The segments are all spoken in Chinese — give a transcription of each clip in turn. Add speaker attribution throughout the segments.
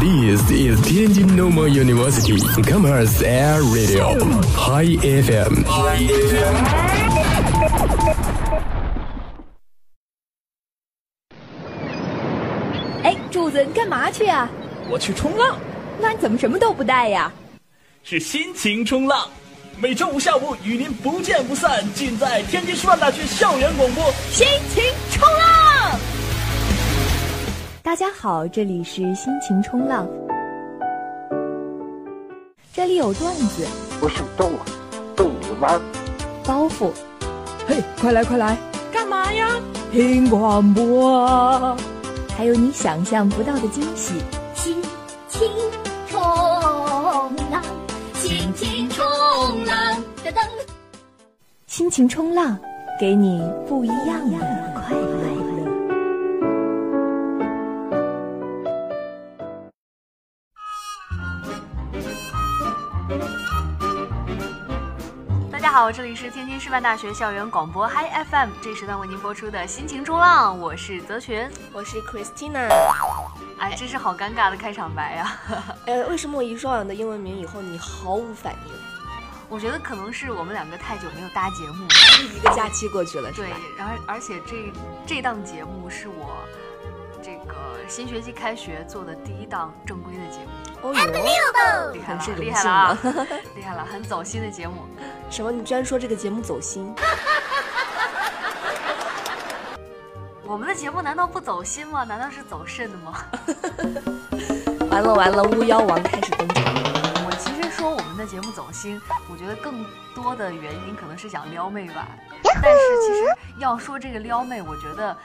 Speaker 1: This is Tianjin Normal University Commerce Air Radio High FM。
Speaker 2: 哎，柱子，你干嘛去啊？
Speaker 3: 我去冲浪，
Speaker 2: 那你怎么什么都不带呀？
Speaker 3: 是心情冲浪。每周五下午与您不见不散，尽在天津师范大学校园广播。
Speaker 2: 心情冲浪。大家好，这里是心情冲浪，这里有段子、
Speaker 4: 不是动啊，动你玩儿。
Speaker 2: 包袱、
Speaker 5: 嘿，快来快来，干嘛呀？听广播啊！
Speaker 2: 还有你想象不到的惊喜。
Speaker 6: 心情冲浪，心情冲浪，噔噔。
Speaker 2: 心情冲浪，给你不一样的快乐。
Speaker 7: 大家好，这里是天津师范大学校园广播 Hi FM，这时段为您播出的心情冲浪，我是泽群。
Speaker 8: 我是 Christina。
Speaker 7: 哎，真是好尴尬的开场白啊呀、
Speaker 8: 呃，为什么我一说完你的英文名以后，你毫无反应？
Speaker 7: 我觉得可能是我们两个太久没有搭节目了，
Speaker 8: 一个假期过去了，是
Speaker 7: 对
Speaker 8: 吧？，
Speaker 7: 然后而且这这档节目是我这个新学期开学做的第一档正规的节目，
Speaker 8: 哦
Speaker 7: 厉害
Speaker 8: 很
Speaker 7: 了
Speaker 8: 是，
Speaker 7: 厉
Speaker 8: 荣
Speaker 7: 害
Speaker 8: 幸
Speaker 7: 了啊
Speaker 8: 的。，
Speaker 7: 厉害了，很走心的节目。
Speaker 8: 什么？你居然说这个节目走心？
Speaker 7: 我们的节目难道不走心吗？难道是走肾的吗？
Speaker 8: 完了完了，巫妖王开始登场。
Speaker 7: 我其实说我们的节目走心，我觉得更多的原因可能是想撩妹吧。但是其实要说这个撩妹，我觉得，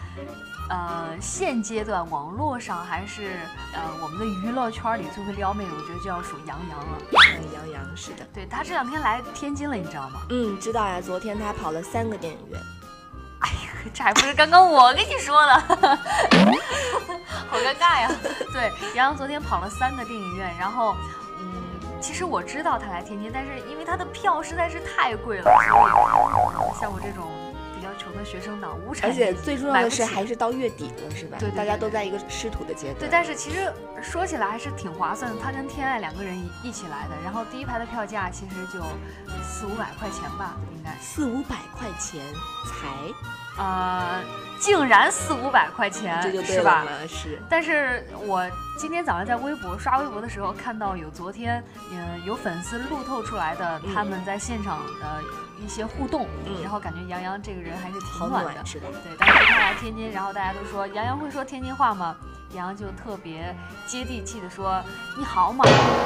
Speaker 7: 呃，现阶段网络上还是呃我们的娱乐圈里做个撩妹，我觉得就要数杨洋了。
Speaker 8: 哎杨洋是的，
Speaker 7: 对他这两天来天津了，你知道吗？
Speaker 8: 嗯，知道呀。昨天他跑了三个电影院，
Speaker 7: 哎呀，这还不是刚刚我跟你说的，好尴尬呀。对，杨洋昨天跑了三个电影院，然后，嗯，其实我知道他来天津，但是因为他的票实在是太贵了，所以像我这种比较穷的学生党无产
Speaker 8: 而
Speaker 7: 阶级，
Speaker 8: 且最重要
Speaker 7: 买
Speaker 8: 的
Speaker 7: 不
Speaker 8: 是
Speaker 7: 起
Speaker 8: 还是到月底了，是吧？
Speaker 7: 对对对
Speaker 8: 大家都在一个师徒的阶
Speaker 7: 对，
Speaker 8: 段。
Speaker 7: 但是其实说起来还是挺划算的。他跟天爱两个人一一起来的，然后第一排的票价其实就四五百块钱吧，应该，
Speaker 8: 四五百块钱才，
Speaker 7: 呃，竟然四五百块钱，
Speaker 8: 这就对
Speaker 7: 呃是
Speaker 8: 了
Speaker 7: 吧？
Speaker 8: 嘛？是。
Speaker 7: 但是我今天早上在微博刷微博的时候，看到有昨天，呃，有粉丝路透出来的
Speaker 8: 嗯
Speaker 7: 他们在现场的一些互动，
Speaker 8: 嗯
Speaker 7: 然后感觉杨洋这个人还是挺
Speaker 8: 好
Speaker 7: 暖的。
Speaker 8: 暖，是的。
Speaker 7: 对，当时他来天津，然后大家都说杨洋会说天津话吗？杨洋就特别接地气的说你好嘛，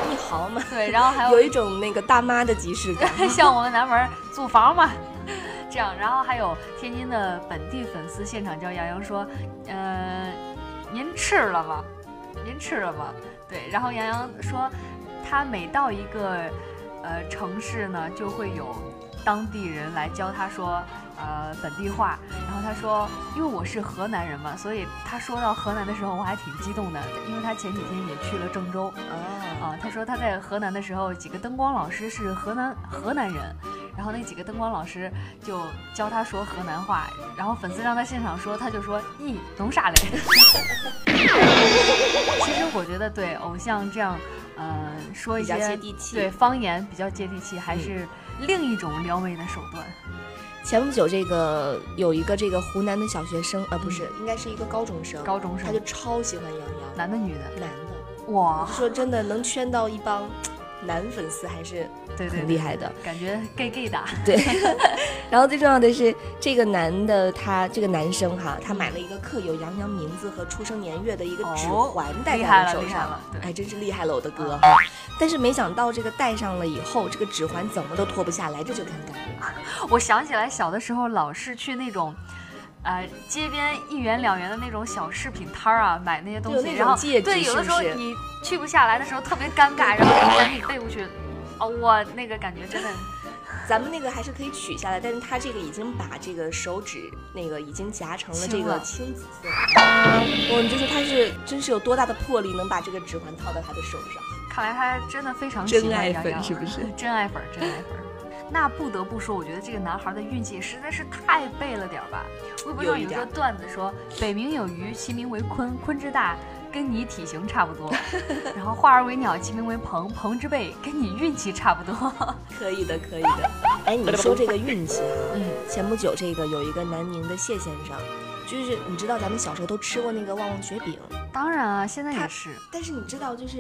Speaker 8: 你好嘛，
Speaker 7: 对，然后还
Speaker 8: 有一种那个大妈的即 视感。
Speaker 7: 像我们南门儿租房嘛， 这样。然后还有天津的本地粉丝现场叫杨洋说，呃，您吃了吗？您吃了吗？对，然后杨洋说，他每到一个呃城市呢，就会有当地人来教他说呃本地话。然后他说，因为我是河南人嘛，所以他说到河南的时候，我还挺激动的，因为他前几天也去了郑州。
Speaker 8: 啊，
Speaker 7: 啊，他说他在河南的时候，几个灯光老师是河南河南人，然后那几个灯光老师就教他说河南话，然后粉丝让他现场说，他就说咦，弄啥嘞？ 其实我觉得对偶像这样，呃，说一
Speaker 8: 比较
Speaker 7: 些
Speaker 8: 接地气嗯
Speaker 7: 对方言比较接地气，还是另一种撩妹的手段。
Speaker 8: 前不久这个有一个这个湖南的小学生啊，不是，应该是一个高中生，
Speaker 7: 嗯高中生
Speaker 8: 他就超喜欢杨洋，
Speaker 7: 男的女的，
Speaker 8: 男的，
Speaker 7: 哇，
Speaker 8: 说真的能圈到一帮男粉丝还是
Speaker 7: 对对
Speaker 8: 很
Speaker 7: 对
Speaker 8: 厉，害的，
Speaker 7: 感觉 gay gay 的，
Speaker 8: 对。 然后最重要的是，这个男的他这个男生哈，他买了一个刻有杨洋名字和出生年月的一个指
Speaker 7: 哦
Speaker 8: 环戴
Speaker 7: 厉
Speaker 8: 在
Speaker 7: 害
Speaker 8: 了
Speaker 7: 了
Speaker 8: 手
Speaker 7: 厉害
Speaker 8: 上
Speaker 7: 了，对嗯
Speaker 8: 哎，真是厉害了我的哥！但是没想到这个戴上了以后，这个指环怎么都脱不下来，这就尴尬了。
Speaker 7: 我想起来小的时候老是去那种。呃，街边一元两元的那种小饰品摊儿啊，买那些东
Speaker 8: 有
Speaker 7: 西，
Speaker 8: 那
Speaker 7: 然
Speaker 8: 种
Speaker 7: 后
Speaker 8: 戒指
Speaker 7: 对，有的时
Speaker 8: 是不
Speaker 7: 候
Speaker 8: 是
Speaker 7: 你去不下来的时候特别尴尬，然后你赶紧背过去，哦，我那个感觉真的，
Speaker 8: 咱们那个还是可以取下来，但是他这个已经把这个手指那个已经夹成了这个青紫色。我就是他是真是有多大的魄力，能把这个指环套到他的手上？
Speaker 7: 看来他真的非常喜
Speaker 8: 真
Speaker 7: 欢
Speaker 8: 爱
Speaker 7: 杨
Speaker 8: 粉
Speaker 7: 洋
Speaker 8: 是不是？
Speaker 7: 真爱粉儿，真爱粉儿。那不得不说，我觉得这个男孩的运气实在是太背了点儿吧。微博上
Speaker 8: 有一
Speaker 7: 有一
Speaker 8: 点
Speaker 7: 个
Speaker 8: 儿
Speaker 7: 段子说，北冥有鱼，其名为鲲，鲲之大，跟你体型差不 多；然后化而为鸟，其名为鹏，鹏之辈跟你运气差不多。
Speaker 8: 可以的，可以的。哎，你说这个运气啊，
Speaker 7: 嗯
Speaker 8: 前不久这个有一个南宁的谢先生，就是你知道咱们小时候都吃过那个旺旺雪饼，
Speaker 7: 当然啊，现在也是。
Speaker 8: 但是你知道，就是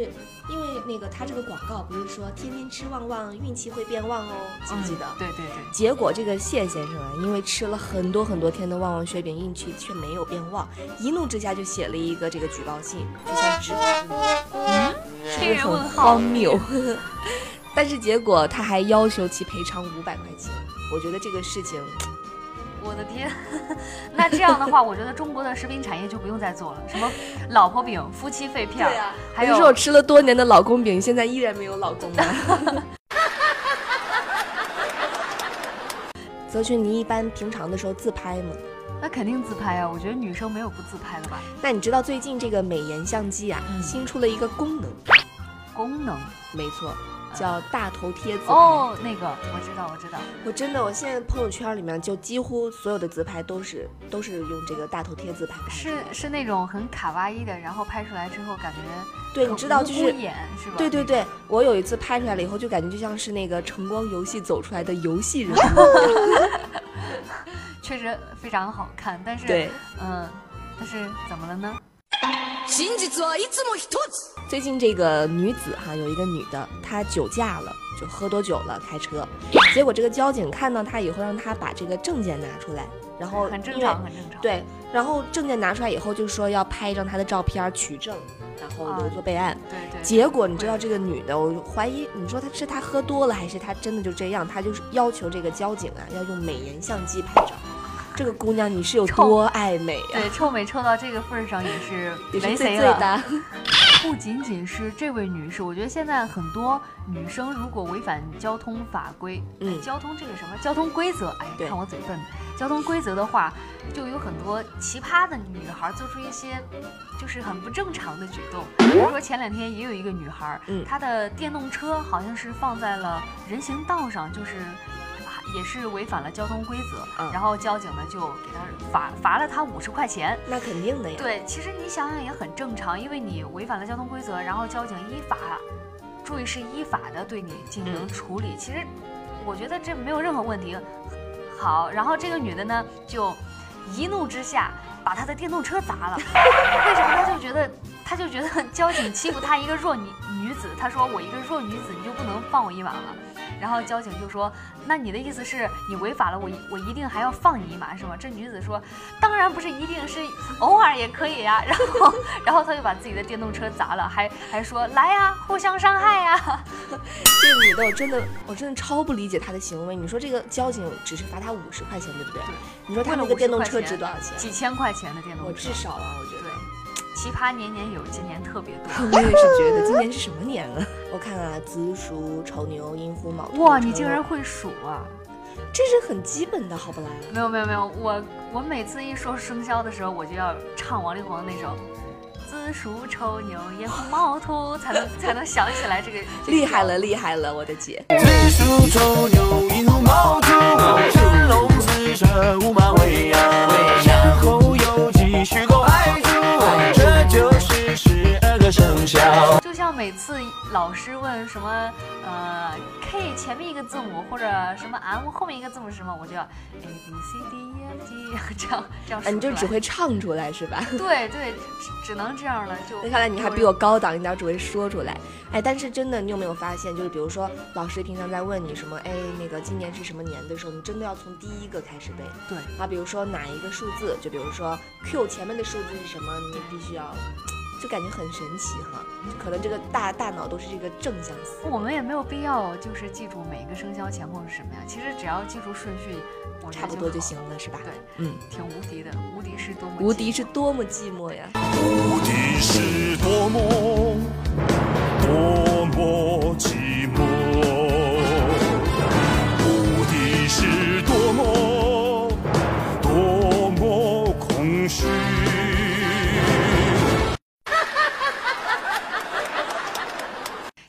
Speaker 8: 因为那个他这个广告不是说天天吃旺旺运气会变旺哦，记不记得？
Speaker 7: 嗯对对对，
Speaker 8: 结果这个谢先生啊，因为吃了很多很多天的旺旺雪饼，运气却没有变旺，一怒之下就写了一个这个举报信，就像直嗯
Speaker 7: 黑人问
Speaker 8: 很
Speaker 7: 号
Speaker 8: 荒。 谬。但是结果他还要求其赔偿五百块钱，我觉得这个事情
Speaker 7: 我的天， 那这样的话，我觉得中国的食品产业就不用再做了，什么老婆饼、夫妻肺片儿，
Speaker 8: 对啊
Speaker 7: 还
Speaker 8: 可是我
Speaker 7: 有
Speaker 8: 吃了多年的老公饼，现在依然没有老公呢。 泽群，你一般平常的时候自拍吗？
Speaker 7: 那肯定自拍啊。我觉得女生没有不自拍的吧？
Speaker 8: 那你知道最近这个美颜相机啊，
Speaker 7: 嗯
Speaker 8: 新出了一个功能，
Speaker 7: 功能
Speaker 8: 没错，叫大头贴自拍。
Speaker 7: 啊哦，那个我知道，我知道。
Speaker 8: 我真的，我现在朋友圈里面就几乎所有的自拍都是都是用这个大头贴自拍拍出来
Speaker 7: 是
Speaker 8: 的。
Speaker 7: 是那种很卡哇伊的，然后拍出来之后感觉
Speaker 8: 对，
Speaker 7: 很
Speaker 8: 你知道
Speaker 7: 无
Speaker 8: 就
Speaker 7: 辜
Speaker 8: 是
Speaker 7: 眼是吧？
Speaker 8: 对对对，我有一次拍出来了以后，就感觉就像是那个晨光游戏走出来的游戏 人物。
Speaker 7: 确实非常好看，但是
Speaker 8: 对，
Speaker 7: 嗯，但是怎么了呢？
Speaker 8: 最近这个女子哈，有一个女的，她酒驾了，就喝多酒了开车，结果这个交警看到她以后，让她把这个证件拿出来，然后
Speaker 7: 很正
Speaker 8: 因为
Speaker 7: 常，很正常。，
Speaker 8: 对，然后证件拿出来以后，就说要拍一张她的照片取证，然后
Speaker 7: 啊
Speaker 8: 留作备案。
Speaker 7: 对对
Speaker 8: 结果你知道这个女的，我怀疑你说她是她喝多了，还是她真的就这样？她就是要求这个交警啊，要用美颜相机拍照。这个姑娘你是有
Speaker 7: 臭
Speaker 8: 多爱美啊？
Speaker 7: 对，臭美臭到这个份儿上也是
Speaker 8: 也是
Speaker 7: 没
Speaker 8: 醉
Speaker 7: 谁
Speaker 8: 醉
Speaker 7: 了。
Speaker 8: 的。
Speaker 7: 不仅仅是这位女士，我觉得现在很多女生如果违反交通法规，哎
Speaker 8: 嗯
Speaker 7: 交通这个什么交通规则，哎，
Speaker 8: 对
Speaker 7: 看我嘴笨，交通规则的话，就有很多奇葩的女孩做出一些就是很不正常的举动。比如说前两天也有一个女孩，
Speaker 8: 嗯
Speaker 7: 她的电动车好像是放在了人行道上，就是。啊也是违反了交通规则，
Speaker 8: 嗯
Speaker 7: 然后交警呢就给她罚罚了她五十块钱，
Speaker 8: 那肯定的呀。
Speaker 7: 对，其实你想想也很正常，因为你违反了交通规则，然后交警依法，注意是依法的对你进行
Speaker 8: 嗯
Speaker 7: 处理。其实我觉得这没有任何问题。好，然后这个女的呢，就一怒之下把她的电动车砸了。 为什么？她就觉得，她就觉得交警欺负她一个弱女女子，她说我一个弱女子，你就不能放我一马吗？然后交警就说：“那你的意思是你违法了，我一我一定还要放你一马是吗？”这女子说：“当然不是一定是偶尔也可以呀、 然后，然后他就把自己的电动车砸了，还还说来呀、互相伤害啊呀、
Speaker 8: 这个女啊的，我真的，我真的超不理解她的行为。你说这个交警只是罚她五十块钱，对不对？
Speaker 7: 对
Speaker 8: 你说她
Speaker 7: 为了
Speaker 8: 那个
Speaker 7: 50
Speaker 8: 电动
Speaker 7: 块
Speaker 8: 车
Speaker 7: 钱
Speaker 8: 值多少钱？
Speaker 7: 几千块钱的电
Speaker 8: 我
Speaker 7: 动车
Speaker 8: 至。少啊，我觉
Speaker 7: 对
Speaker 8: 得。，
Speaker 7: 奇葩年年有，今年特别多。
Speaker 8: 我也是觉得今年是什么年啊？我看啊，子鼠、丑牛、寅虎、卯 兔。
Speaker 7: 哇，
Speaker 8: 辰
Speaker 7: 你竟然
Speaker 8: 龙
Speaker 7: 会数啊！
Speaker 8: 这是很基本的，好不啦？
Speaker 7: 没有没有没有，我我每次一说生肖的时候，我就要唱王力宏那首《子鼠丑牛寅 虎卯兔》，才能才能想起来这个。这个
Speaker 8: 厉害了，厉害了，我的姐！
Speaker 9: 子鼠丑牛寅虎卯兔，辰龙巳蛇午马未羊，然后酉鸡戌狗亥猪，这就是十二个生肖。
Speaker 7: 就像每次老师问什么，呃，K 前面一个字母或者什么 M 后面一个字母是什么，我就要 A B C D E F G 这样这样
Speaker 8: 啊，
Speaker 7: 数
Speaker 8: 你就
Speaker 7: 出
Speaker 8: 只
Speaker 7: 来
Speaker 8: 会唱出来是吧？
Speaker 7: 对对，只只能这样了。就
Speaker 8: 那看来你还比我高档一点，只会说出来。哎，但是真的，你有没有发现，就是比如说老师平常在问你什么，哎，那个今年是什么年的时候，你真的要从第一个开始背。
Speaker 7: 对
Speaker 8: 啊，比如说哪一个数字，就比如说 Q 前面的数字是什么，你必须要，就感觉很神奇哈。
Speaker 7: 嗯
Speaker 8: 可能这个大大脑都是这个正向思维，
Speaker 7: 我们也没有必要就是记住每个生肖前后是什么呀，其实只要记住顺序，我觉得
Speaker 8: 差不多就
Speaker 7: 好
Speaker 8: 行。了，是吧？
Speaker 7: 对，
Speaker 8: 嗯，
Speaker 7: 挺无敌的，无敌是多么
Speaker 8: 无敌
Speaker 7: 寂
Speaker 8: 是
Speaker 7: 寞
Speaker 8: 多么寂寞呀！
Speaker 9: 无敌是多么多么寂寞，无敌是多么多么空虚。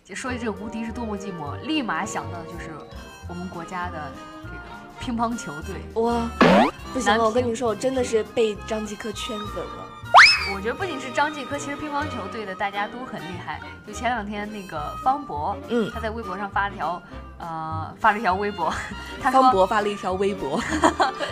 Speaker 7: 就说起这个无敌是多么寂寞，立马想到的就是我们国家的这个乒乓球队。
Speaker 8: 哇，不行
Speaker 7: 难
Speaker 8: 了，我跟
Speaker 7: 听
Speaker 8: 你说，我真的是被张继科圈粉了。
Speaker 7: 我我觉得不仅是张继科，其实乒乓球队的大家都很厉害。就前两天那个方博，
Speaker 8: 嗯
Speaker 7: 他在微博上发了条，呃，发了一条微博，他说
Speaker 8: 方博发了一条微博，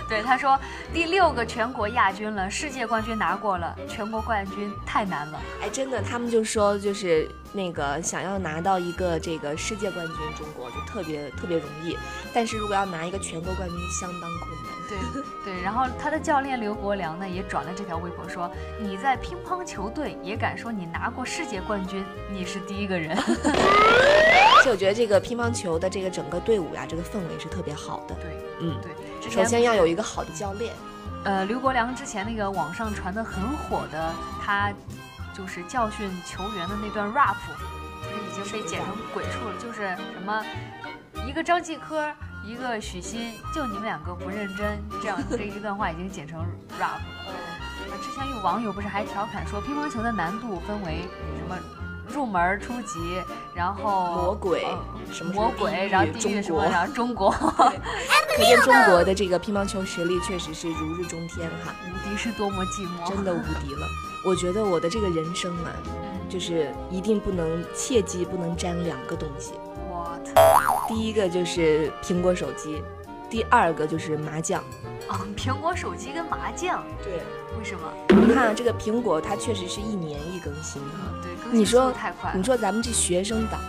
Speaker 7: 对，他说第六个全国亚军了，世界冠军拿过了，全国冠军太难了。
Speaker 8: 哎，真的，他们就说就是那个想要拿到一个这个世界冠军，中国就特别特别容易，但是如果要拿一个全国冠军，相当困难。
Speaker 7: 对对，然后他的教练刘国梁呢也转了这条微博说：“你在乒乓球队也敢说你拿过世界冠军，你是第一个人。
Speaker 8: 而且我觉得这个乒乓球的这个整个队伍呀、这个氛围是特别好的”。
Speaker 7: 对
Speaker 8: 嗯，
Speaker 7: 对，之
Speaker 8: 首
Speaker 7: 前
Speaker 8: 先要有一个好的教练，
Speaker 7: 呃，刘国梁之前那个网上传的很火的，他就是教训球员的那段 rap，就是已经被剪成鬼畜了，就是什么一个张继科，一个许昕，就你们两个不认真，这样这一段话已经剪成 rap 了。呃之前有网友不是还调侃说，乒乓球的难度分为什么入门、初级，然后
Speaker 8: 魔鬼
Speaker 7: 呃
Speaker 8: 什么
Speaker 7: 魔鬼，然后地
Speaker 8: 中
Speaker 7: 狱什么，
Speaker 8: 国，
Speaker 7: 然后中国
Speaker 8: 可见中国的这个乒乓球实力确实是如日中天哈，
Speaker 7: 无敌是多么寂寞，
Speaker 8: 真的无敌了。我觉得我的这个人生啊，就是一定不能切记不能沾两个东西，
Speaker 7: 我操。
Speaker 8: 第一个就是苹果手机，第二个就是麻将。
Speaker 7: 啊， 苹果手机跟麻将，
Speaker 8: 对，
Speaker 7: 为什么？
Speaker 8: 你看啊这个苹果，它确实是一年一更新哈。
Speaker 7: 对，更
Speaker 8: 你
Speaker 7: 新速
Speaker 8: 说
Speaker 7: 度太快了。嗯
Speaker 8: 你说咱们这学生党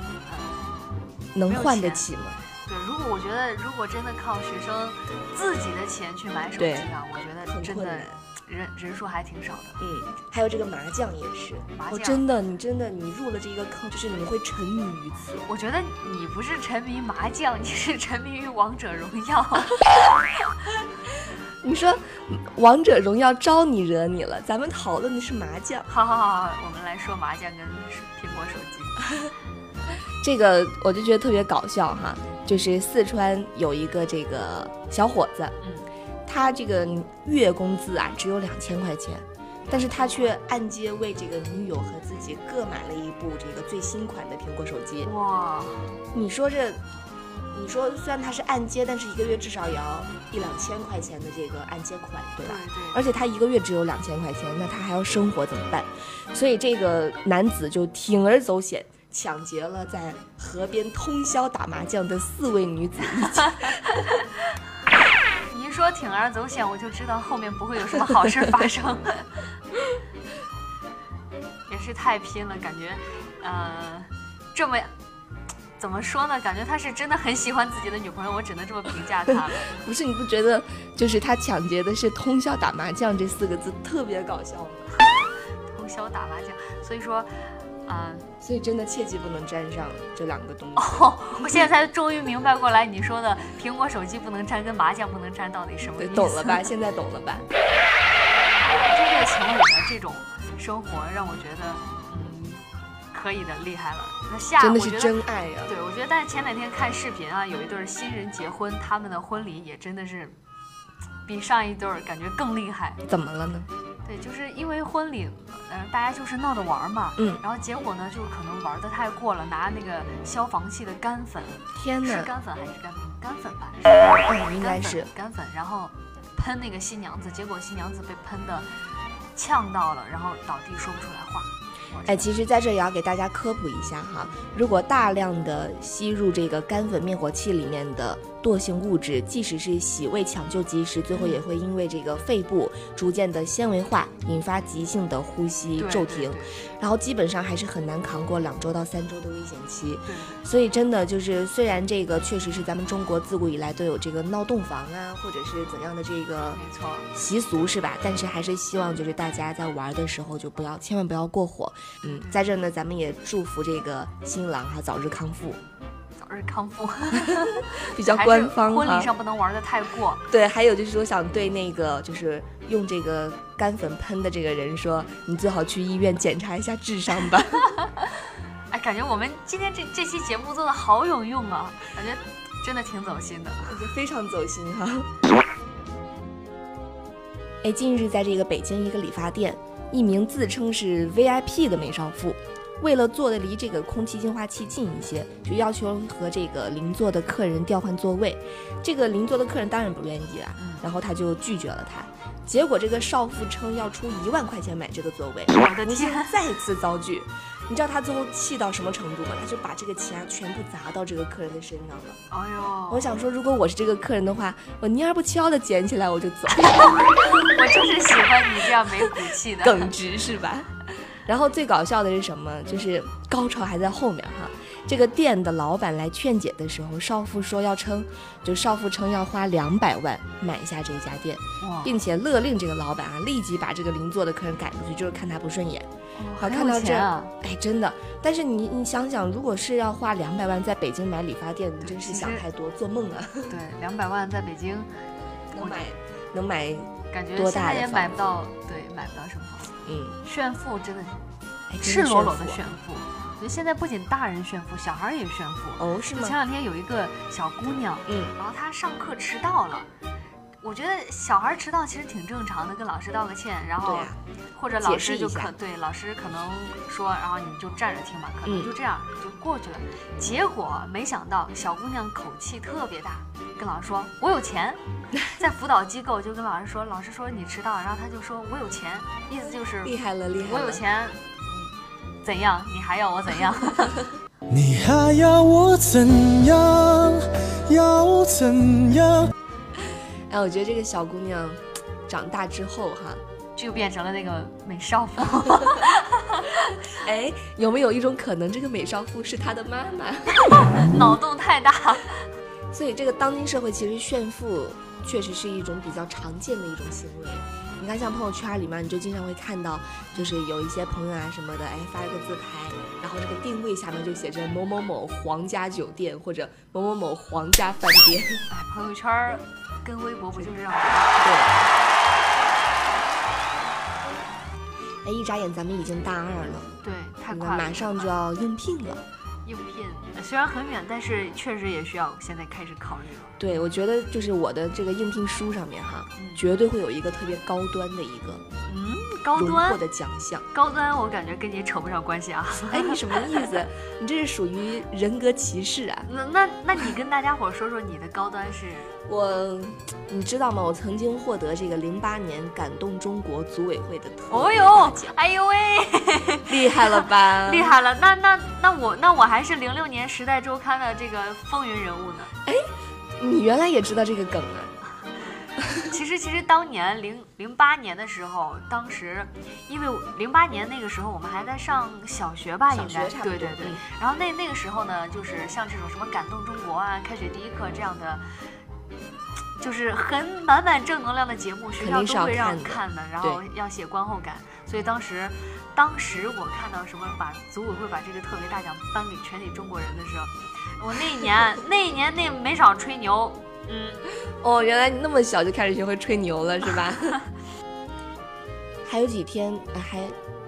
Speaker 8: 能换得起吗？
Speaker 7: 对，如果我觉得，如果真的靠学生自己的钱去买手机
Speaker 8: 对
Speaker 7: 啊，我觉得
Speaker 8: 很
Speaker 7: 真
Speaker 8: 困
Speaker 7: 的
Speaker 8: 难
Speaker 7: 人人数还挺少的。
Speaker 8: 嗯，还有这个麻将也是，
Speaker 7: 麻
Speaker 8: 我
Speaker 7: 将
Speaker 8: 真的，你真的，你入了这一个坑，就是你会沉迷于此。
Speaker 7: 我觉得你不是沉迷麻将， 你是沉迷于王者荣耀。
Speaker 8: 你说嗯王者荣耀招你惹你了？咱们讨论的是麻将，
Speaker 7: 好好好好，我们来说麻将跟苹果手机。
Speaker 8: 这个我就觉得特别搞笑哈。就是四川有一个这个小伙子，
Speaker 7: 嗯，
Speaker 8: 他这个月工资啊只有两千块钱，但是他却按揭为这个女友和自己各买了一部这个最新款的苹果手机。
Speaker 7: 哇，
Speaker 8: 你说这，你说虽然他是按揭，但是一个月至少也要一两千块钱的这个按揭款，对
Speaker 7: 对
Speaker 8: 吧？
Speaker 7: 对，
Speaker 8: 而且他一个月只有两千块钱，那他还要生活怎么办？所以这个男子就铤而走险，抢劫了在河边通宵打麻将的四位女子一家。
Speaker 7: 你一说铤而走险，我就知道后面不会有什么好事发 生。也是太拼了，感觉，呃，这么怎么说呢？感觉他是真的很喜欢自己的女朋友，我只能这么评价他了。
Speaker 8: 不是你不觉得就是他抢劫的是通宵打麻将这四个字特别搞笑吗？
Speaker 7: 通宵打麻将，所以说，啊、
Speaker 8: 所以真的切记不能沾上这两个东西。
Speaker 7: 哦，我现在才终于明白过来，你说的苹果手机不能沾，跟麻将不能沾，到底什么
Speaker 8: 对
Speaker 7: 意，思？
Speaker 8: 懂了吧？现在懂了吧？
Speaker 7: 真正情侣的这种生活让我觉得，嗯，可以的，厉害了。那下
Speaker 8: 真的
Speaker 7: 我觉
Speaker 8: 是
Speaker 7: 得
Speaker 8: 真爱呀、
Speaker 7: 对，我觉得，但是前两天看视频啊，有一对儿新人结婚，他们的婚礼也真的是比上一对儿感觉更厉害。
Speaker 8: 怎么了呢？
Speaker 7: 对，就是因为婚礼，嗯、大家就是闹着玩儿嘛，
Speaker 8: 嗯
Speaker 7: 然后结果呢，就可能玩的太过了，拿那个消防器的干粉，
Speaker 8: 天
Speaker 7: 是
Speaker 8: 哪！
Speaker 7: 干粉还是干干粉吧？
Speaker 8: 嗯，应该
Speaker 7: 干粉
Speaker 8: 是
Speaker 7: 干粉，然后喷那个新娘子，结果新娘子被喷的呛到了，然后倒地说不出来话。我
Speaker 8: 哎，
Speaker 7: 真的
Speaker 8: 其实在这也要给大家科普一下哈，如果大量的吸入这个干粉灭火器里面的惰性物质，即使是洗胃抢救及时，最后也会因为这个肺部逐渐的纤维化，引发急性的呼吸
Speaker 7: 对
Speaker 8: 骤
Speaker 7: 对
Speaker 8: 停
Speaker 7: 对，
Speaker 8: 然后基本上还是很难扛过两周到三周的危险期。
Speaker 7: 对对
Speaker 8: 所以真的就是，虽然这个确实是咱们中国自古以来都有这个闹洞房啊，或者是怎样的这个
Speaker 7: 没错
Speaker 8: 习俗是吧？但是还是希望就是大家在玩的时候就不要，千万不要过火。嗯，在这呢，咱们也祝福这个新郎哈早日康复，
Speaker 7: 早日康复。
Speaker 8: 比较
Speaker 7: 还是
Speaker 8: 官方
Speaker 7: 婚礼
Speaker 8: 哈。
Speaker 7: 上不能玩的太过。
Speaker 8: 对，还有就是我想对那个就是用这个干粉喷的这个人说，你最好去医院检查一下智商吧。
Speaker 7: 哎，感觉我们今天这这期节目做的好有用啊，感觉真的挺走心的。
Speaker 8: 我觉得非常走心哈、哎，近日在这个北京一个理发店，一名自称是 VIP 的美少妇，为了坐的离这个空气净化器近一些，就要求和这个邻座的啊嗯客人调换座位。这个邻座的客人当然不愿意啦，然后他就拒绝了他。结果这个少妇称要出一万块钱买这个座位，
Speaker 7: 我的
Speaker 8: 你
Speaker 7: 天
Speaker 8: 现！在再次遭拒。你知道他最后气到什么程度吗？他就把这个钱啊全部砸到这个客人的身上了。
Speaker 7: 哎呦，
Speaker 8: 我想说，如果我是这个客人的话，我蔫不悄的捡起来我就走，
Speaker 7: 我就是喜欢你这样没骨气的。
Speaker 8: 耿直是吧？然后最搞笑的是什么？就是高潮还在后面哈。这个店的老板来劝解的时候，少妇说要称，就少妇称要花两百万买下这家店，
Speaker 7: 哇
Speaker 8: 并且勒令这个老板啊立即把这个邻座的客人赶出去，就是看他不顺眼。
Speaker 7: 哦
Speaker 8: 好
Speaker 7: 很
Speaker 8: 看
Speaker 7: 有
Speaker 8: 到这
Speaker 7: 钱啊！
Speaker 8: 哎，真的。但是你你想想，如果是要花两百万在北京买理发店，你真
Speaker 7: 其
Speaker 8: 是想
Speaker 7: 实
Speaker 8: 太多，做梦啊！
Speaker 7: 对，两百万在北京，
Speaker 8: 能
Speaker 7: 我
Speaker 8: 买能买，
Speaker 7: 感觉
Speaker 8: 多
Speaker 7: 现
Speaker 8: 大
Speaker 7: 在
Speaker 8: 的
Speaker 7: 也
Speaker 8: 房
Speaker 7: 买
Speaker 8: 子
Speaker 7: 不到，对，买不到什么好。
Speaker 8: 嗯，
Speaker 7: 炫富真的
Speaker 8: 哎
Speaker 7: 赤裸裸的。
Speaker 8: 真是
Speaker 7: 炫
Speaker 8: 炫
Speaker 7: 富，
Speaker 8: 富
Speaker 7: 我觉得现在不仅大人炫富，小孩儿也炫富。
Speaker 8: 哦，是
Speaker 7: 前
Speaker 8: 吗？
Speaker 7: 两天有一个小姑娘，
Speaker 8: 嗯，
Speaker 7: 然后她上课迟到了。我觉得小孩儿迟到其实挺正常的，跟老师道个歉，然后
Speaker 8: 对啊
Speaker 7: 或者
Speaker 8: 解
Speaker 7: 老
Speaker 8: 释
Speaker 7: 师
Speaker 8: 一
Speaker 7: 就
Speaker 8: 下
Speaker 7: 可对老师可能说，然后你就站着听吧，可能
Speaker 8: 嗯
Speaker 7: 就这样就过去了。结果没想到小姑娘口气特别大，跟老师说我有 钱，在辅导机构就跟老师说，老师说你迟到，然后她就说我有钱，意思就是
Speaker 8: 厉害了，厉害了！
Speaker 7: 我有，钱，嗯怎样？你还要我怎样？
Speaker 9: 你还要我怎样？要怎样？
Speaker 8: 哎，我觉得这个小姑娘长大之后哈，
Speaker 7: 就变成了那个美少妇。
Speaker 8: 哎，有没有一种可能，这个美少妇是她的妈妈？
Speaker 7: 脑洞太大。
Speaker 8: 所以这个当今社会其实炫富确实是一种比较常见的一种行为。你看，像朋友圈里面，你就经常会看到，就是有一些朋友啊什么的，哎，发一个自拍，然后这个定位下面就写着某某某皇家酒店或者某某某皇家饭店。
Speaker 7: 哎，朋友圈儿跟微博不就是这样吗？
Speaker 8: 对。哎，一眨眼咱们已经大二了，
Speaker 7: 对，太
Speaker 8: 我
Speaker 7: 快
Speaker 8: 们
Speaker 7: 了，
Speaker 8: 马上就要应聘了。
Speaker 7: 应聘，呃虽然很远，但是确实也需要现在开始考虑了。
Speaker 8: 对，我觉得就是我的这个应聘书上面哈，
Speaker 7: 嗯
Speaker 8: 绝对会有一个特别高端的一个
Speaker 7: 嗯，高
Speaker 8: 荣获
Speaker 7: 端，
Speaker 8: 的奖项。
Speaker 7: 高端，我感觉跟你扯不上关系啊。
Speaker 8: 哎，你什么意思？你这是属于人格歧视啊！
Speaker 7: 那那那你跟大家伙儿说说你的高端是？
Speaker 8: 我，你知道吗？我曾经获得这个零八年感动中国组委会的特
Speaker 7: 哦
Speaker 8: 别大
Speaker 7: 呦
Speaker 8: 奖，，
Speaker 7: 哎呦喂，
Speaker 8: 厉害了吧？
Speaker 7: 厉！害了！那那那我那我还是零六年《时代周刊》的这个风云人物呢。
Speaker 8: 你原来也知道这个梗啊？
Speaker 7: 其实，其实当年零零八年的时候，当时因为零八年那个时候我们还在上小学吧，应
Speaker 8: 小
Speaker 7: 该
Speaker 8: 学差不多
Speaker 7: 对对对
Speaker 8: 嗯。
Speaker 7: 然后那那个时候呢，就是像这种什么感动中国啊、开学第一课这样的，就是很满满正能量的节目，学校
Speaker 8: 肯定是要
Speaker 7: 都会让
Speaker 8: 看的
Speaker 7: 看的，然后要写观后感。所以当时，当时我看到什么把组委会把这个特别大奖颁给全体中国人的时候，我那一年 那一年那没少吹牛，嗯。
Speaker 8: 哦，原来你那么小就开始学会吹牛了是 吧？还有几天，哎还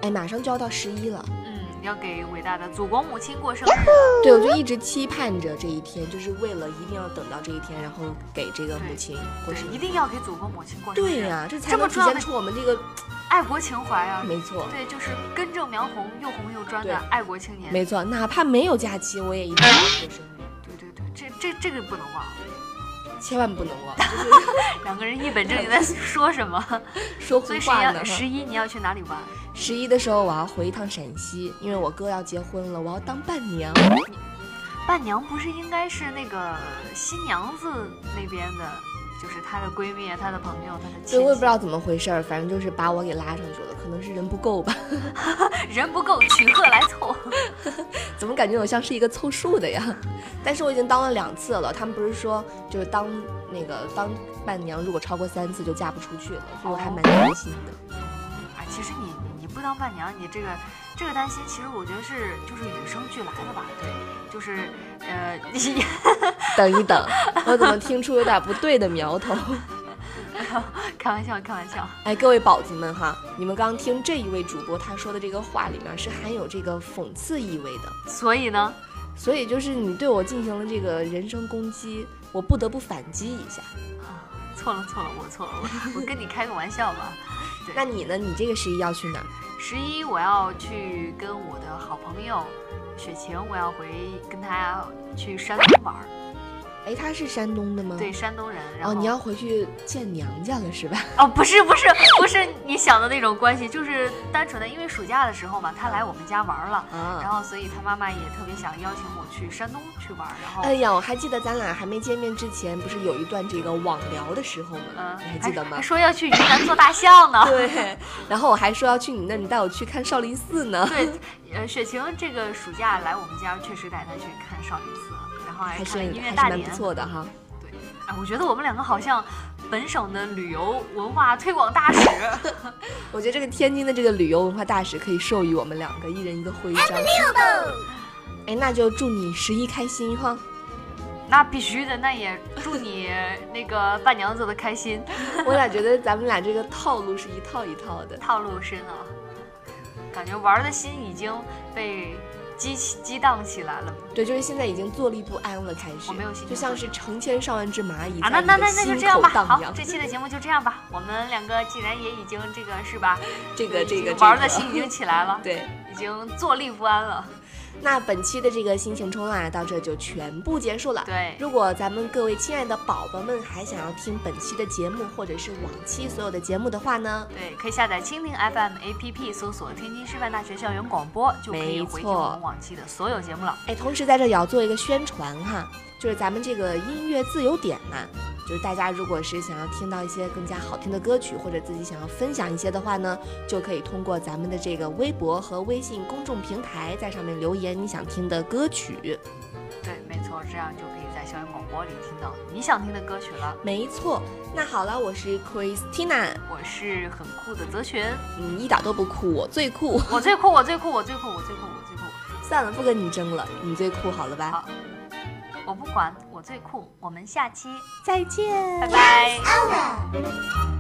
Speaker 8: 哎，马上就要到十一了。
Speaker 7: 嗯，要给伟大的祖国母亲过生日了。
Speaker 8: 对，我就一直期盼着这一天，就是为了一定要等到这一天，然后给这个母亲过
Speaker 7: 对
Speaker 8: 生，
Speaker 7: 一
Speaker 8: 日。
Speaker 7: 定要给祖国母亲过生日。
Speaker 8: 对呀、这才
Speaker 7: 这么
Speaker 8: 能体
Speaker 7: 重要
Speaker 8: 现
Speaker 7: 的
Speaker 8: 出我们这个
Speaker 7: 爱国情怀啊！
Speaker 8: 没错。
Speaker 7: 对，就是根正苗红、又红又专
Speaker 8: 对
Speaker 7: 的爱国青年。
Speaker 8: 没错，哪怕没有假期，我也一定要过生日，
Speaker 7: 对对对，这这这个不能忘。啊
Speaker 8: 千万不能 忘。
Speaker 7: 两个人一本正经在说什 么？
Speaker 8: 说胡
Speaker 7: 所以十一
Speaker 8: 话呢
Speaker 7: 要，十一你要去哪里玩？
Speaker 8: 十一的时候我要回一趟陕西，因为我哥要结婚了，我要当伴娘。
Speaker 7: 伴娘不是应该是那个新娘子那边的，就是她的闺蜜、啊她的朋友、她的
Speaker 8: 所以我
Speaker 7: 亲
Speaker 8: 也不知
Speaker 7: 戚。
Speaker 8: 道怎么回事儿，反正就是把我给拉上去了，可能是人不够吧。
Speaker 7: 人不够，娶客来凑。
Speaker 8: 怎么感觉我像是一个凑数的呀？但是我已经当了两次了，他们不是说就是当那个当伴娘，如果超过三次就嫁不出去了，所以我还蛮担心的。
Speaker 7: 啊，其实你你你不当伴娘，你这个这个担心，其实我觉得是就是与生俱来的吧，对，就是呃， 你
Speaker 8: 等一等，我怎么听出有点不对的苗头？
Speaker 7: 开玩笑开玩笑，
Speaker 8: 哎，各位宝子们哈，你们刚刚听这一位主播他说的这个话里面是含有这个讽刺意味的，
Speaker 7: 所以呢，
Speaker 8: 所以就是你对我进行了这个人身攻击，我不得不反击一下。
Speaker 7: 啊，错了错了，我错了，我我跟你开个玩笑吧。对
Speaker 8: 那你呢？你这个十一要去哪儿？
Speaker 7: 十一我要去跟我的好朋友雪晴，我要回跟她去山东玩儿。
Speaker 8: 哎，他是山东的吗？
Speaker 7: 对，山东人。然后
Speaker 8: 哦，你要回去见娘家 了是吧？
Speaker 7: 哦，不是不是不是你想的那种关系，就是单纯的，因为暑假的时候嘛，他来我们家玩了，
Speaker 8: 啊
Speaker 7: 然后所以他妈妈也特别想邀请我去山东去玩，然后
Speaker 8: 哎呀，我还记得咱俩还没见面之前，不是有一段这个网聊的时候吗？
Speaker 7: 嗯，
Speaker 8: 你还记得吗
Speaker 7: 还？说要去云南做大象呢。
Speaker 8: 对，然后我还说要去你那，你带我去看少林寺 呢，
Speaker 7: 对，呃，雪晴这个暑假来我们家，确实带她去看少林寺，然后还
Speaker 8: 还是
Speaker 7: 看了音乐
Speaker 8: 还是
Speaker 7: 大
Speaker 8: 蛮
Speaker 7: 典
Speaker 8: 不。错的哈。
Speaker 7: 对，啊，我觉得我们两个好像本省的旅游文化推广大使。
Speaker 8: 我觉得这个天津的这个旅游文化大使可以授予我们两个一人一个徽章。哎，那就祝你十一开心哈！
Speaker 7: 那必须的，那也祝你那个伴娘做的开心，
Speaker 8: 我俩觉得咱们俩这个套路是一套一套的。
Speaker 7: 套路深啊，感觉玩的心已经被激起激荡起来了。
Speaker 8: 对，就是现在已经坐立不安了，开始。
Speaker 7: 我没有心情
Speaker 8: 就像是成千上万只蚂蚁
Speaker 7: 啊，那
Speaker 8: 在你
Speaker 7: 那那
Speaker 8: 的
Speaker 7: 那就
Speaker 8: 心
Speaker 7: 这样
Speaker 8: 口
Speaker 7: 吧，好
Speaker 8: 荡，漾。
Speaker 7: 这期的节目就这样吧。我们两个既然也已经这个是吧，
Speaker 8: 这
Speaker 7: 已
Speaker 8: 个这
Speaker 7: 经
Speaker 8: 个
Speaker 7: 玩的
Speaker 8: 这个
Speaker 7: 心已经起来了，，
Speaker 8: 对。
Speaker 7: 已经坐立不安了。
Speaker 8: 那本期的这个心情冲浪啊，到这就全部结束了。
Speaker 7: 对
Speaker 8: 如果咱们各位亲爱的宝宝们还想要听本期的节目，或者是往期所有的节目的话呢，
Speaker 7: 对，可以下载蜻蜓 FM APP，搜索天津师范大学校园广播，就可以
Speaker 8: 没
Speaker 7: 回听
Speaker 8: 错
Speaker 7: 我们往期的所有节目了。
Speaker 8: 哎，同时在这也要做一个宣传哈，就是咱们这个音乐自由点呐、就是大家如果是想要听到一些更加好听的歌曲，或者自己想要分享一些的话呢，就可以通过咱们的这个微博和微信公众平台，在上面留言你想听的歌曲。
Speaker 7: 对，没错，这样就可以在校园广播里听到你想听的歌曲了。
Speaker 8: 没错，那好了，我是 Christina，
Speaker 7: 我是很酷的泽群，
Speaker 8: 嗯，一点都不酷，我最酷。
Speaker 7: 我最酷，我最酷，我最酷，我最酷，我最酷。
Speaker 8: 算了，不跟你争了，你最酷好了吧？
Speaker 7: 好我不管，我最酷。我们下期
Speaker 8: 再见，
Speaker 7: 拜拜。
Speaker 6: 欧了。